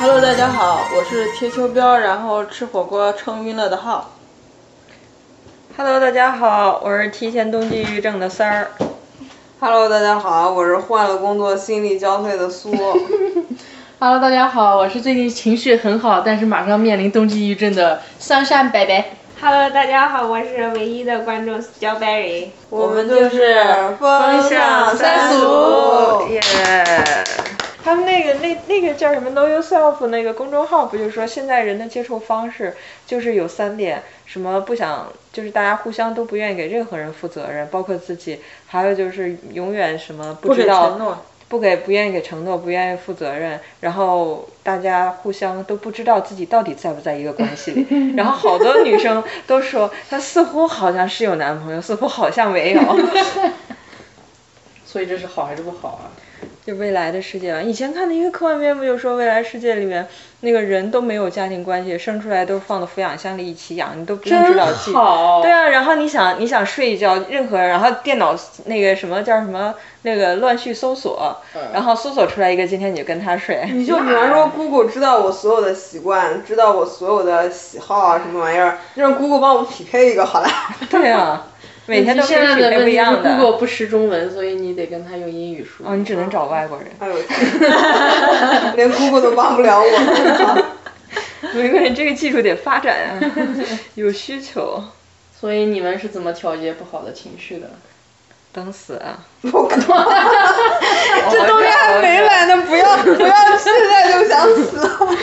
Hello，大家好，我是贴秋膘，然后吃火锅撑晕了的浩。 Hello，大家好，我是提前冬季抑郁症的三儿。 Hello，大家好，我是换了工作心力交瘁的苏。 Hello，大家好，我是最近情绪很好，但是马上面临冬季抑郁症的桑善北北。 Hello，大家好，我是唯一的观众 Strawberry。我们就是风向三俗。耶、他们那个那那个叫什么 Know Yourself 那个公众号不就说现在人的接触方式就是有三点，什么不想就是大家互相都不愿意给任何人负责任，包括自己，还有就是永远什么不知道承诺。不给不愿意给承诺，不愿意负责任，然后大家互相都不知道自己到底在不在一个关系里。然后好多女生都说她似乎好像是有男朋友，似乎好像没有。所以这是好还是不好啊？就未来的世界吧。以前看的一个科幻片，不就说未来世界里面那个人都没有家庭关系，生出来都是放到抚养箱里一起养，你都不用知道自己。好对啊，然后你想你想睡一觉，任何然后电脑那个什么叫什么那个乱序搜索，然后搜索出来一个，今天你就跟他睡。你就比方说，Google 知道我所有的习惯，知道我所有的喜好啊，什么玩意儿，让 Google 帮我们匹配一个好 了。对啊， 每天都现在跟的水平不问题一是样的。 Google 不识中文，所以你得跟他用英语说。哦，你只能找外国人。哎呦我天连 Google 都帮不了我。 没关系，这个技术得发展啊，嗯有需求，所以你们是怎么调节不好的情绪的？等死啊！ 我靠！这冬天还没来呢，不要不要，现在就想死。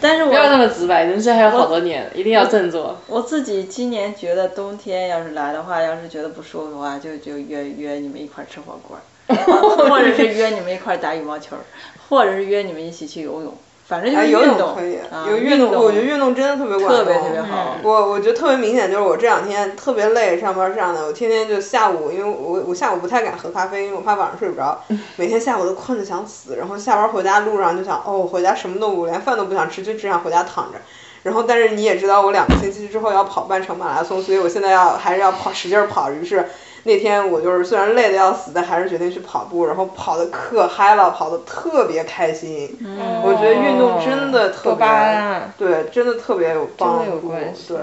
但是不要那我么直白，人生还有好多年，一定要振作。我自己今年觉得冬天要是来的话，要是觉得不舒服的话，就就约约你们一块儿吃火 锅儿，或者是约你们一块儿打羽毛球儿，或者是约你们一起去游泳，反正就是哎游运泳动，可以，啊有运运动，我觉得运动真的特别管特别用特别嗯嗯好。我我觉得特别明显，就是我这两天特别累，上班上的，我天天就下午，因为我我下午不太敢喝咖啡，因为我怕晚上睡不 着，每天下午都困得想死，然后下班回家路上就想，哦，回家什么都不，连饭都不想吃，就只想回家躺着。然后，但是你也知道，我两个星期之后要跑半程马拉松，所以我现在要还是要跑，使劲儿跑。于是那天我就是虽然累得要死，但还是决定去跑步，然后跑的可嗨了，跑的特别开心。嗯嗯我觉得哦运动真的特别，哦多巴胺啊对，真的特别有帮助，有关系对。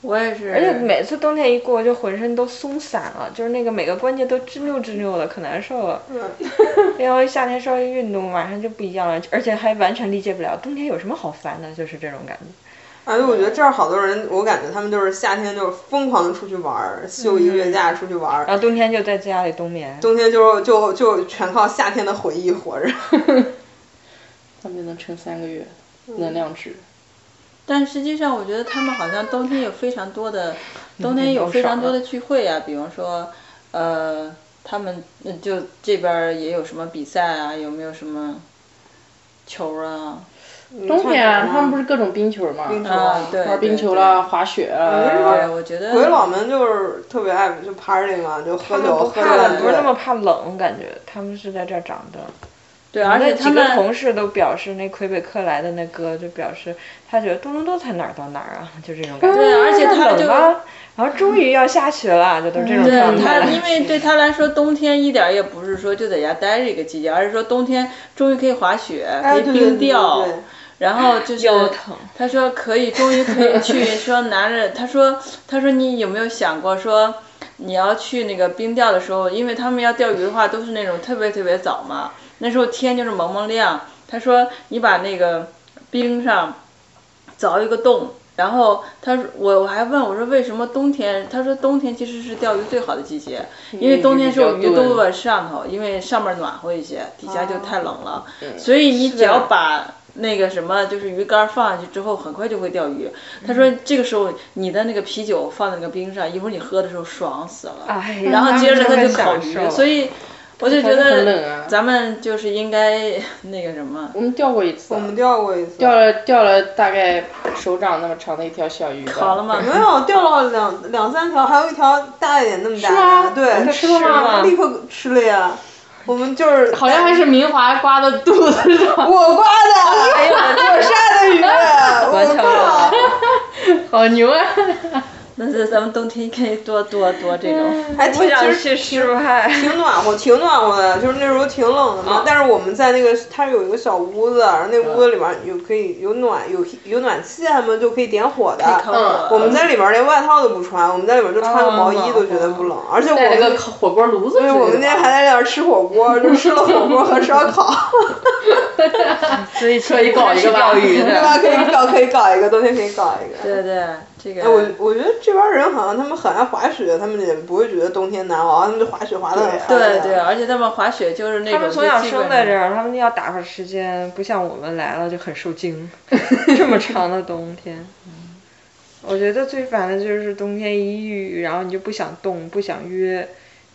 我也是，而且每次冬天一过，就浑身都松散了，就是那个每个关节都吱溜吱溜的，可难受了。嗯然后夏天稍微运动，晚上就不一样了，而且还完全理解不了冬天有什么好烦的，就是这种感觉。而且我觉得这儿好多人，我感觉他们就是夏天就是疯狂的出去玩儿，休一个月假出去玩儿，然后冬天就在家里冬眠。冬天就就就全靠夏天的回忆活着。他们就能撑三个月，嗯能量值。但实际上，我觉得他们好像冬天有非常多的，嗯冬天有非常多的聚会啊，比方说，呃，他们呃就这边儿也有什么比赛啊，有没有什么球啊？冬天啊，他们不是是各种冰球吗？冰球啊，对，玩冰球了。啦，滑雪啊对，啦。我觉得鬼佬们就是特别爱就 party 嘛，就喝酒不喝怕的冷，不是那么怕冷，感觉他们是在这儿长的。对，而且那他几个们同事都表示，那魁北克来的那哥就表示，他觉得多伦多才哪儿到哪儿啊，就这种感觉。对而且他冷就吗？然后终于要下雪了，就都这种状对态他，了。因为对他来说，冬天一点儿也不是说就在家待着一个季节，而是说冬天终于可以滑雪，可哎以对对冰对钓对，对然后就是腰疼他说可以，终于可以去，说拿着他说他说你有没有想过说你要去那个冰钓的时候，因为他们要钓鱼的话都是那种特别特别早嘛，那时候天就是蒙蒙亮。他说你把那个冰上凿一个洞。然后他说我我还问我说为什么冬天？他说冬天其实是钓鱼最好的季节，因为冬天是有比鱼较都多在上头，因为上面暖和一些，底下就太冷了。所以你只要把那个什么，就是鱼竿放上去之后，很快就会钓鱼。他说这个时候你的那个啤酒放在那个冰上，一会儿你喝的时候爽死了。 哎呀然后接着他就烤真的鱼， 很享受所以我就觉还是很得冷啊嗯咱们就是应该那个什么，我们钓过一次，啊我们钓过一次，钓了钓了大概手掌那么长的一条小鱼吧。好了吗？没有钓到两两三条，还有一条大一点那么大是吗的，啊对，你嗯吃了吗我们立刻吃了呀。我们就是好像还是明华刮的肚子上，我刮的，哎呦，我晒的鱼，完我全忘靠了！好牛啊！但是咱们冬天应该多多多这种。 还挺不想其去实室外。挺暖和，挺暖和的，就是那时候挺冷的嘛。但是我们在那个，它有一个小屋子，然后那屋子里面有可以有暖有有暖气啊嘛，就可以点火的。烤火我们在里面连外套都不穿，我们在里面就穿个毛衣都觉得不冷，而且我 带了个们烤火锅炉子之类对，的吧，我们那天还在那儿吃火锅，就吃了火锅和烧烤，所以可以搞一个吧钓鱼对的， 吧？可以搞，可以搞一个，冬天可以搞一个。对对，这个哎，我我觉得这边人好像他们很爱滑雪，他们也不会觉得冬天难熬，他们就滑雪滑的很嗨对的对，而且他们滑雪就是那他种们就从小基本生在上这儿，他们要打发时间，不像我们来了就很受 惊。这么长的冬天，我觉得最烦的就是冬天一遇，然后你就不想动，不想约，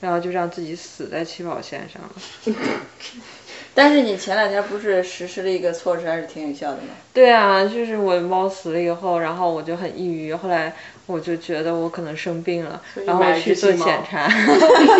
然后就让自己死在起跑线上了。但是你前两天不是实施了一个措施，还是挺有效的吗？对啊，就是我猫死了以后，然后我就很抑郁，后来我就觉得我可能生病了，然后买我了去只做金毛检查，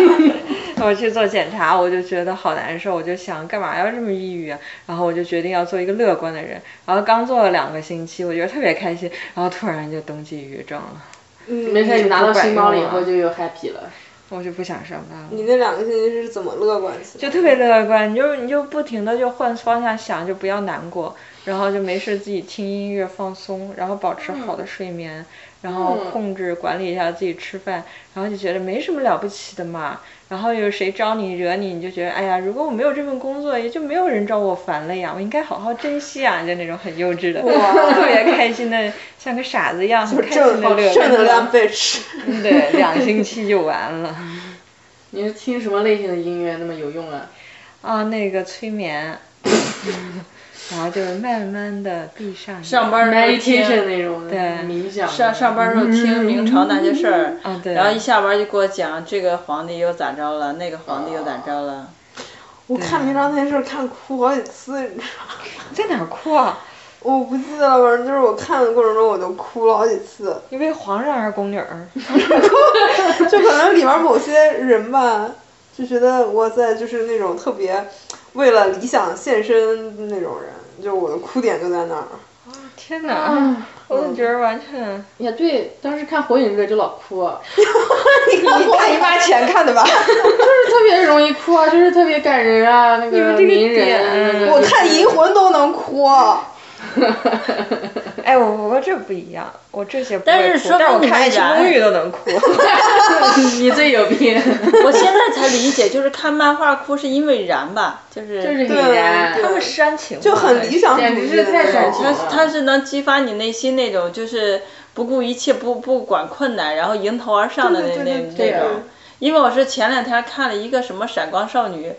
我去做检查，我就觉得好难受，我就想干嘛要这么抑郁啊？然后我就决定要做一个乐观的人，然后刚做了两个星期，我觉得特别开心，然后突然就登记抑郁症了，嗯没事，你拿到新包了以不后管就又 happy 了。我就不想上班了。你那两个星期是怎么乐观起来的？就特别乐观，你就你就不停的就换方向想，就不要难过，然后就没事自己听音乐放松，然后保持好嗯的睡眠，然后嗯控制管理一下自己吃饭，然后就觉得没什么了不起的嘛。然后有谁招你惹你，你就觉得哎呀，如果我没有这份工作，也就没有人找我烦了呀，我应该好好珍惜啊，就那种很幼稚的，特别开心的，像个傻子一样，很开心正的乐正能量观。被吃。 对，两星期就完了。你是听什么类型的音乐那么有用啊？啊，那个 催眠，然后就是慢慢的闭上眼上班儿时候 meditation 听那种的，对冥想的。嗯上上班儿时候听明朝那些事儿，嗯啊，对，然后一下班就给我讲这个皇帝又咋着了，那个皇帝又咋着 了。我看明朝那事儿看哭好几次，你知道吗？在哪儿哭啊？我不记得了，反正就是我看的过程中我就哭了好几次，你为皇上还是宫 女儿？就可能里面某些人吧，就觉得哇塞，就是那种特别为了理想献身那种人，就我的哭点就在那儿。天啊哪，我怎么觉得完全？也对，当时看《火影忍 者》就老哭、啊，你看你花钱看的吧？就是特别容易哭啊，就是特别感人啊，那你个们这个鸣点人。那个 我看《银魂》都能哭。 哎，我我这不一样，我这些不但会是哭说但明我你看《们爱情俩公寓》都能哭。你最有病，我现在才理解，就是看漫画哭是因为燃吧，就是就是你对呀，对他们煽情嘛，就很理想主简直义的是太那煽种情。了。它是能激发你内心那种就是不顾一切、不不管困难，然后迎头而上的那对对对那对那对种。因为我是前两天看了一个什么《闪光少女》，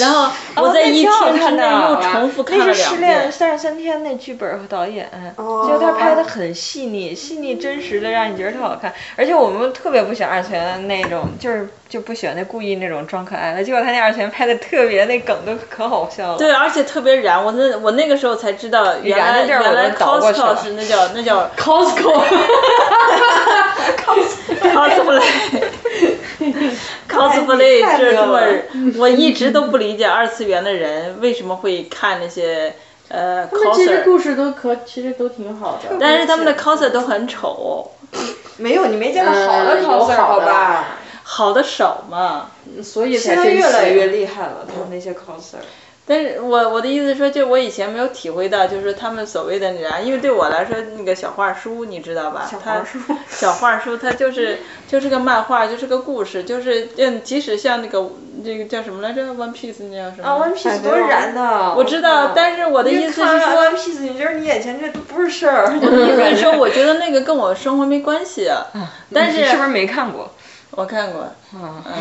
然后我哦在那一挺好天之看内的又重复看那了是《两失恋遍。三十三天》那剧本和导演，哦就是他拍的很细腻，细腻真实的让你觉得特好看。而且我们特别不喜欢二泉的那种，就是就不喜欢那故意那种装可爱的。结果他那二泉拍的特别那梗都可好笑了。对，而且特别燃，我那我那个时候才知道，原燃来的地儿我原来都倒过去 Costco 了是那叫那叫 Costco， cosplay。cosplay 哎是这么，我一直都不理解二次元的人为什么会看那些呃他们其实 coser，故事都可，其实都挺好的。但是他们的 coser 都很丑，没嗯哎有你没见过嗯好的有 coser 好好的吧？好的少嘛。所以才现在越来越厉厉害了，他们那些 coser。但是我我的意思是说，就我以前没有体会到，就是他们所谓的啥，因为对我来说，那个小画书你知道吧？小画书小画书它就是就是个漫画，就是个故事，就是嗯，即使像那个这个叫什么来着，One Piece 那叫什么？啊，One Piece 多燃呐！嗯我知道，但是我的意思看是完说 One，Piece，你觉得你眼前这都不是事 儿。我跟你说， 我觉得那个跟我生活没关系，啊但啊你是是不是没看过？我看过，啊，嗯，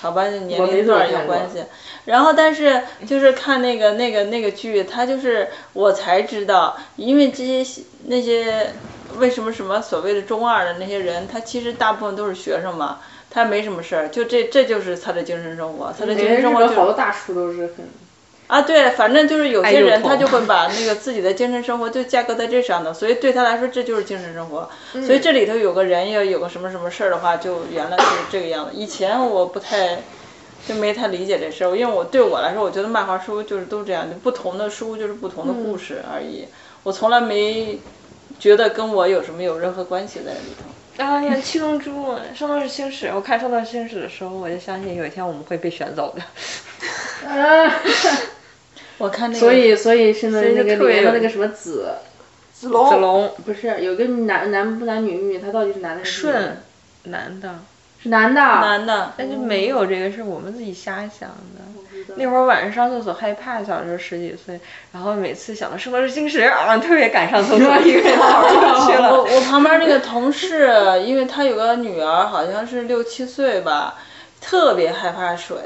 好吧，就年我没龄怎段么儿有看过嗯关系。然后，但是就是看那个那个那个剧，它就是我才知道，因为这些那些为什么什么所谓的中二的那些人，他其实大部分都是学生嘛。他没什么事儿，就这这就是他的精神生活，他的精因为神嗯日生活就本是好多大叔都是很，啊， 对，反正就是有些肉人他痛就会把那个自己的精神生活就架构在这上的，所以对他来说这就是精神生活。嗯所以这里头有个人要有个什么什么事儿的话，就原来就是这个样子。以前我不太就没太理解这事儿，因为我对我来说，我觉得漫画书就是都这样，就不同的书就是不同的嗯故事而已。我从来没觉得跟我有什么有任何关系在里头。哎呀，七龙珠，圣斗士星矢，我看圣斗士星矢的时候，我就相信有一天我们会被选走的。我看那个，所以所以是那以就那个里特别面有的那个什么子，子龙，子龙不是有个男男不男女女，他到底是男的还是顺女的？，男的，是男的。男的，哎但是没有这个是我们自己瞎想的。那会儿晚上上厕所害怕，小时候十几岁，然后每次想到圣斗士星矢啊，特别敢上厕所，一个人跑出去我了。我旁边那个同事，因为他有个女儿，好像是六七岁吧，特别害怕水，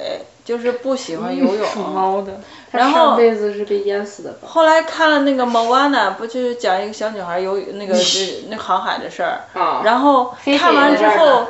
就是不喜欢游属泳。猫的，然上后辈子是被淹死的吧？后来看了那个《Moana》，不就是讲一个小女孩游那 个是那航海的事儿。啊，然后黑看完也之在那儿后呢，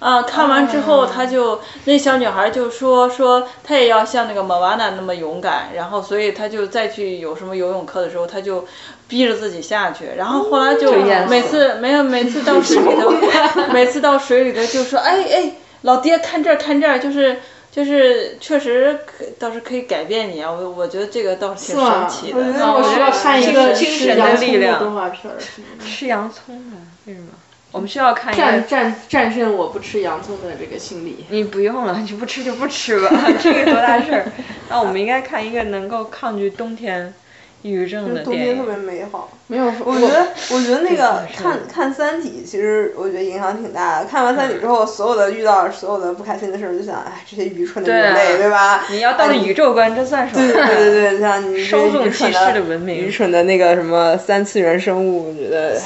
啊，看完之后，她就那小女孩就说说她也要像那个莫娃娜那么勇敢，然后所以她就再去有什么游泳课的时候，她就逼着自己下去，然后后来就淹死每次没有每次到水里头， 每次到水里头就说哎哎，老爹看这儿看这儿，就是。就是确实可倒是可以改变你啊，我我觉得这个倒是挺是神吗奇我觉的。得那哦我需要看一个精是神的洋葱力量动画片儿什么的。吃洋葱的，为什么？我们需要看一个战战战胜我不吃洋葱的这个心理。你不用了，你不吃就不吃吧， 这个多大事儿？那我们应该看一个能够抗拒冬天抑郁症的冬电天特影。别美好。没有，我我觉得，我觉得那个是看看《三体》，其实我觉得影响挺大的。看完《三体》之后，所有的遇到所有的不开心的事儿，就想，哎，这些愚蠢的对啊人类，对吧？你要啊到了宇宙观，这算什么？对对对对 对，像你稍纵这愚即逝蠢的文明愚蠢的那呃个什么三次元生物，我 觉得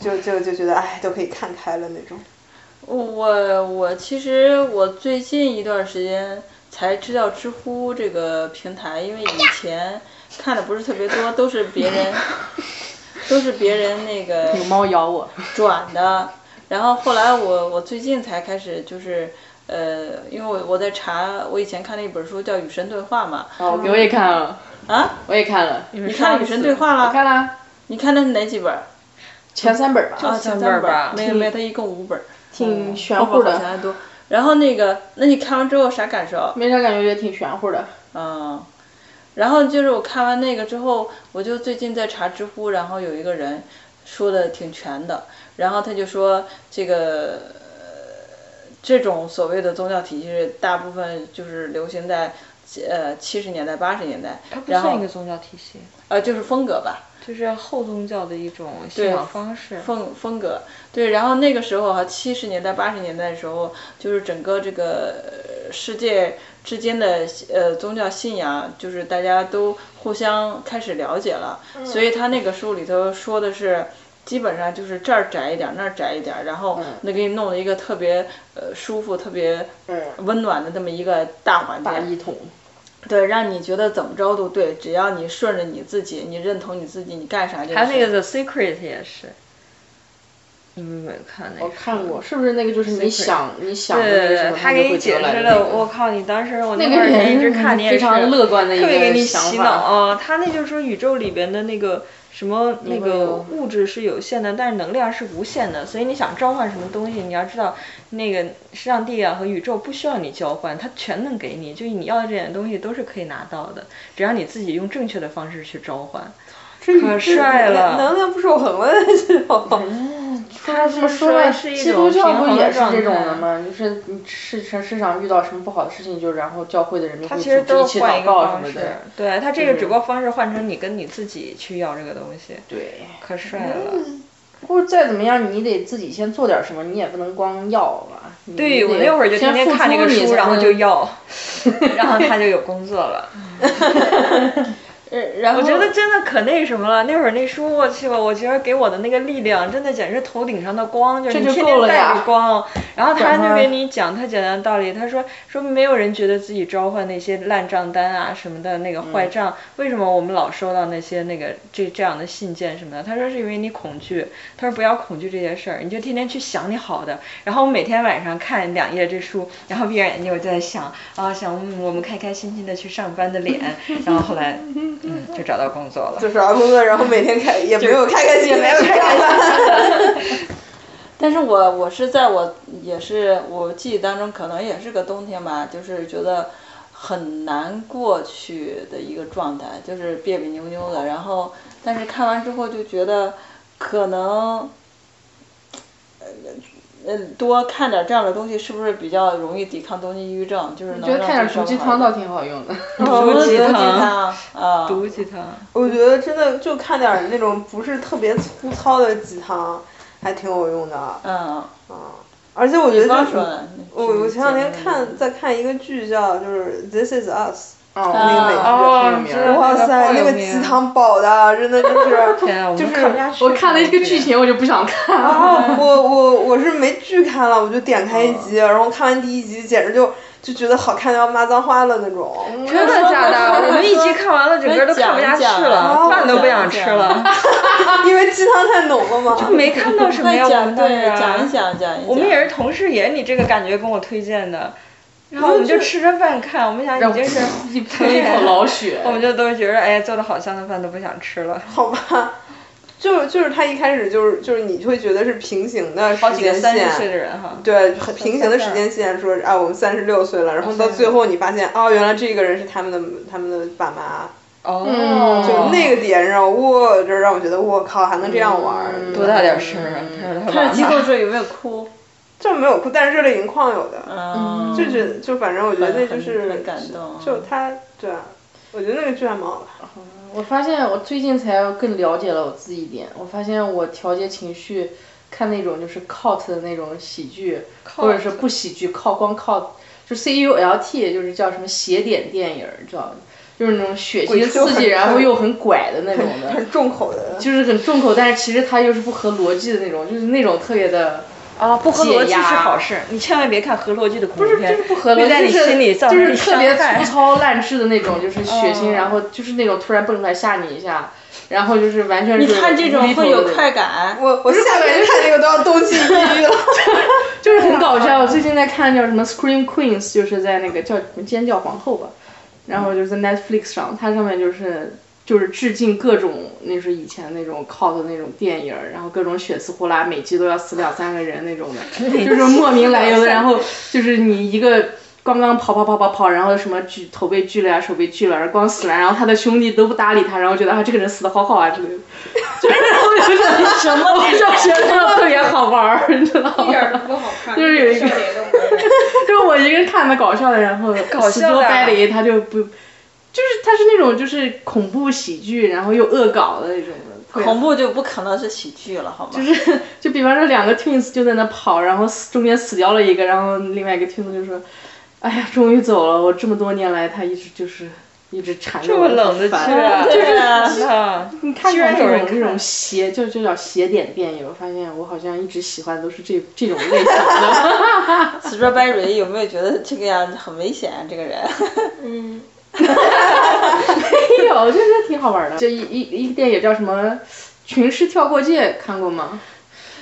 就就就觉得哎，都可以看开了那种。我我其实我最近一段时间才知道知乎这个平台，因为以前看的不是特别多，都是别人，都是别人那个有猫咬我。转的。然后后来我我最近才开始就是呃，因为我我在查，我以前看了一本书叫《与神对话》嘛，哦，我也看了，啊，我也看了。你你看《与神对话》我了？看了你看的是哪几本儿？前三本吧，啊，三前本儿三本吧儿，没有没有，它一共五本儿，挺玄包乎括哦好像的，还多。然后那个，那你看完之后啥感受？没啥感觉，也挺玄乎的。嗯，然后就是我看完那个之后，我就最近在查知乎，然后有一个人说的挺全的，然后他就说这个。呃这种所谓的宗教体系，大部分就是流行在呃七十年代、八十年代，它不然算一后个宗教体系，呃就是风格吧，就是后宗教的一种信仰方式。风风格对，然后那个时候哈，七十年代八十年代的时候，就是整个这个呃世界之间的呃宗教信仰，就是大家都互相开始了解了，所以他那个书里头说的是。基本上就是这儿窄一点儿，那儿窄一点儿，然后那给你弄了一个特别呃舒服、特别温暖的这么一个大环境，大一统，对，让你觉得怎么着都对，只要你顺着你自己，你认同你自己，你干啥就是。还有那个《The Secret》也是，你们有没有看那个？我看过，。是不是那个就是你 Secret 想你想的那对个对什对，么，他你就给你会解得来释的那了，个我靠！你当时我那会个儿人一直看，你也非常乐观的一特别给个你想洗脑法。啊！他那就是说宇宙里边的那个什么那会个有物质是有限的，但是能量是无限的，所以你想召唤什么东西，你要知道那个上帝啊和宇宙不需要你交换，它全能给你，就是你要的这点东西都是可以拿到的，只要你自己用正确的方式去召唤。可帅了能量不守恒了，这种。哦说要这么说吧，基督教不也是这种的吗？就是你世世世上遇到什么不好的事情，就然后教会的人就它会其组实织一都是起换一祷个告什方么式的。，对它这个只不过方式换成你跟你自己去要这个东西，对，可帅了。或者再怎么样，你得自己先做点什么，你也不能光要吧。你对得我那会儿就天天先付看这个出你 书，才然后能嗯 就要，然后他就有工作了。呃，然后我觉得真的可那什么了，那会儿那书我去吧，我觉得给我的那个力量，真的简直是头顶上的光，就是你这就天够天了呀带着光。然后他转就弯给你讲特简单的道理，他说说没有人觉得自己召唤那些烂账单啊什么的那个坏账，为什么我们老收到那些那个这这样的信件什么的？他说是因为你恐惧，他说不要恐惧这些事儿，你就天天去想你好的。然后我每天晚上看两页这书，然后闭上眼睛我就在想啊想嗯我们开开心心的去上班的脸，然后后来嗯就找到工作了。就是啊找工作，然后每天开也没有开开心心，没有开开心心。但是我我是在我也是我记忆当中，可能也是个冬天吧，就是觉得很难过去的一个状态，就是别别扭扭的。然后，但是看完之后就觉得，可能，呃，呃多看点这样的东西，是不是比较容易抵抗冬季抑郁症？就是能觉得让看点自己毒鸡稍微好一汤倒点挺好用的。毒鸡鸡汤汤啊，毒鸡汤，我觉得真的就看点儿那种不是特别粗糙的鸡汤，还挺有用的。嗯，而且我觉得比方就说是呢，我我前两天看在看一个剧叫就是《This Is Us 哦， 啊哦那个美知剧挺道了有名儿。哇塞，那个鸡汤饱的，啊真的 就是。天啊，我就们是看不下去我看了一个剧情，我就不想看了。啊，我我我是没剧看了，我就点开一集，然后看完第一集，简直就就觉得好看的要骂脏话了那种。真的假的？我们一集看完了，整个都看不下去啊了，饭都不想吃了，因为鸡汤太浓了嘛。 没看到什么快呀？我讲们当对时，啊讲一讲讲一讲。我们也是同事眼里这个感觉跟我推荐的，然后我们就吃着饭看，我们想让已我经是，一喷一口老血。我们就都觉得哎，做的好香的饭都不想吃了。好吧，就是就是他一开始就是就是你会觉得是平行的好时几个间三十岁的线，人哈，对，很平行的时间线，说啊我们三十六岁了，然后到最后你发现哦原来这个人是他们的他们的爸妈，哦，嗯就那个点上我这让我觉得我靠还能这样玩儿，嗯嗯多大点事儿啊？看着他机说构时有没有哭？就没有哭，但是热泪盈眶有的，嗯，就觉得就反正我觉得那就很是很感动嗯就他对啊，我觉得那个剧还蛮好的。我发现我最近才更了解了我自己一点。我发现我调节情绪，看那种就是 cult 的那种喜剧，或者是不喜剧，靠光靠就 C U L T，就是叫什么邪点电影儿，知道吗？就是那种血鬼腥畜刺激，很然后又很拐的那种的，很重口的，就是很重口，但是其实它又是不合逻辑的那种，就是那种特别的。啊，不合逻辑是解压好事，你千万别看合逻辑的恐怖就是片， 不合会逻在辑，你心里造就成是就是特别伤害哦粗糙烂质的那种，就是血腥，然后就是那种突然蹦出来吓你一下，然后就是完全是你看这无种厘头会的有那种快感，我我下面看这个都要冬季抑郁了。就是很搞笑。我最近在看叫什么《Scream Queens》，就是在那个叫什么《尖叫皇后》吧，然后就是在 Netflix 上，它上面就是就是致敬各种那是以前那种 cult 的那种电影儿，然后各种血丝呼啦，每集都要死两三个人那种 的，就是莫名来 由的，然后就是你一个。刚刚跑跑跑跑跑，然后什么锯头被锯了呀，手被锯了，然后光死了，然后他的兄弟都不搭理他，然后觉得啊这个人死的好好啊之类的，就是我就觉得 什么，我就觉得特别好玩儿，你知道吗？一点儿都不好看， 就是有一个一点都不好看。就我一个人看的搞笑的，然后搞死笑多的啊掰离，他就不，就是他是那种就是恐怖喜剧，然后又恶搞的那种的。啊恐怖就不可能是喜剧了，好吗？就是就比方说两个 twins 就在那跑，然后死中间死掉了一个，然后另外一个 twins 就说：“哎呀，终于走了，我这么多年来他一直就是一直缠着这我。”么冷的剧烦啊，对啊，啊，你看居看然这有人种这种邪，就就叫邪点电影，我发现我好像一直喜欢都是这这种类型的。死抓白蕊有没有觉得这个样子很危险啊？这个 人，嗯，没有，我就觉得挺好玩的。就一一一个电影叫什么《群尸跳过界》，看过吗？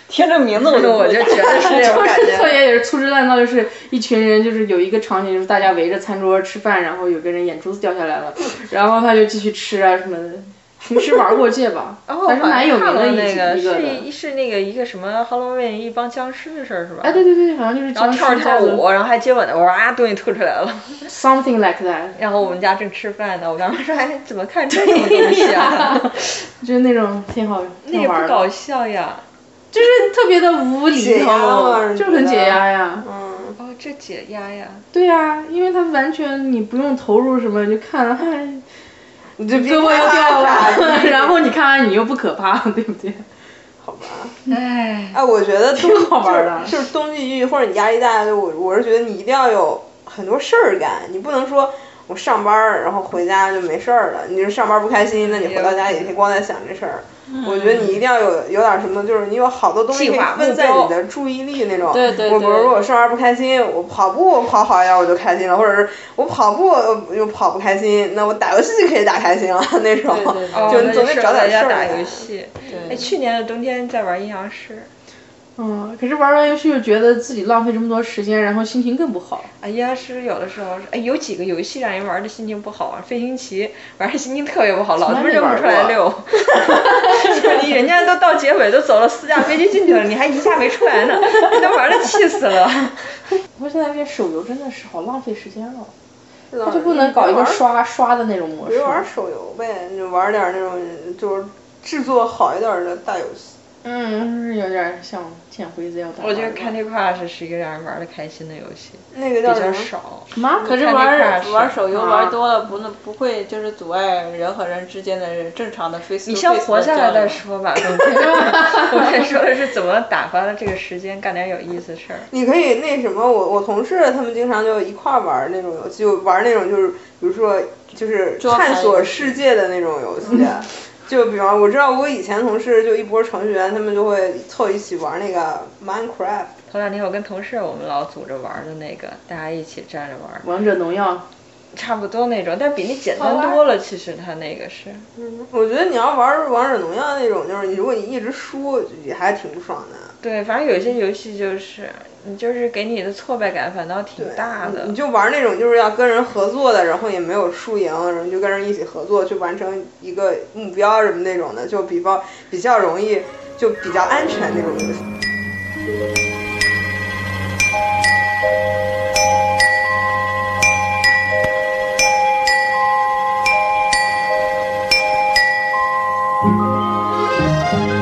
听这名字我这就个我就觉得是那种感 就是特觉。别也是粗制滥造，就是一群人，就是有一个场景，就是大家围着餐桌吃饭，然后有个人眼珠子掉下来嗯了，然后他就继续吃啊什么的。平时玩过界吧，哦，还是蛮有名好的像一看了那一个个，是的。一是那个一个什么 Halloween 一帮僵尸的事儿是吧？哎，对对对，好像就是然后僵尸跳着家跳族舞，然后还接吻的，我说啊，东西吐出来了。 ，something like that，然后我们家正吃饭呢，我刚刚说，哎，怎么看这种东西 啊？就是那种挺好，那挺也好玩不的搞笑呀。就是特别的无解厘压嘛头，你就觉很得解压呀。嗯，哦，这解压呀。对啊，因为它完全你不用投入什么，你就看了，哎，你这胳胳 膊又掉 了， 然后后你看完你又不可怕，对不对？好吧。哎，哎，我觉得冬挺好玩的就是就是冬季抑郁或者你压力大，就我我是觉得你一定要有很多事儿干，你不能说我上班儿，然后回家就没事儿了。你就上班不开心，那你回到家也可以光在想这事儿。我觉得你一定要有有点什么，就是你有好多东西可计以划目分在标你的注意力那种。对对我比如对说我上班不开心，我跑步我跑好一点我就开心了，或者是我跑步呃又跑不开心，那我打游戏就可以打开心了那种。对对对哦就那你总得适合找在点家事儿打干游戏。哎，对去年的冬天在玩阴阳师，嗯， 可是玩完游戏又觉得自己浪费这么多时间，然后心情更不好。啊，阴阳师有的时候是，哎，有几个游戏让人玩的心情不好啊，飞行棋玩的心情特别不好，老他来妈没认不玩出来过六， 就是你人家都到结尾都走了四架飞机进去了，你还一架没出来呢，你都玩的气死了。不过现在这些手游真的是好浪费时间哦，他它就不能搞一个刷刷的那种模别式。玩手游呗，你就玩点儿那种就是制作好一点儿的大游戏。嗯，是有点像捡回子要打。我觉得 Candy Crush 是一个让人玩的开心的游戏，那个比叫什较么？少。什么？可是 Candy 玩 Crush 玩手游啊玩多了，不能不会就是阻碍人和人之间的正常的 face。你先活下来再。说 吧，我先说的是怎么打发了这个时间，干点有意思的事儿。你可以那什么，我我同事他们经常就一块儿玩儿那种游戏，就玩儿那种就是比如说就是桌牌探索世界的那种游戏。嗯 就比方我知道我以前同事就一波程序员，他们就会凑一起玩儿那个 Minecraft。头两天我跟同事我们老组着玩儿的那个，大家一起站着玩儿，王者荣耀差不多那种，但比那简单多了。其实它那个是，我觉得你要玩儿王者荣耀那种，就是你如果你一直输，也还挺不爽的。对，反正有些游戏就是你就是给你的挫败感反倒挺大的。你就玩那种就是要跟人合作的，然后也没有输赢，然后你就跟人一起合作去完成一个目标什么那种的，就比方比较容易，就比较安全那种游戏。 Thank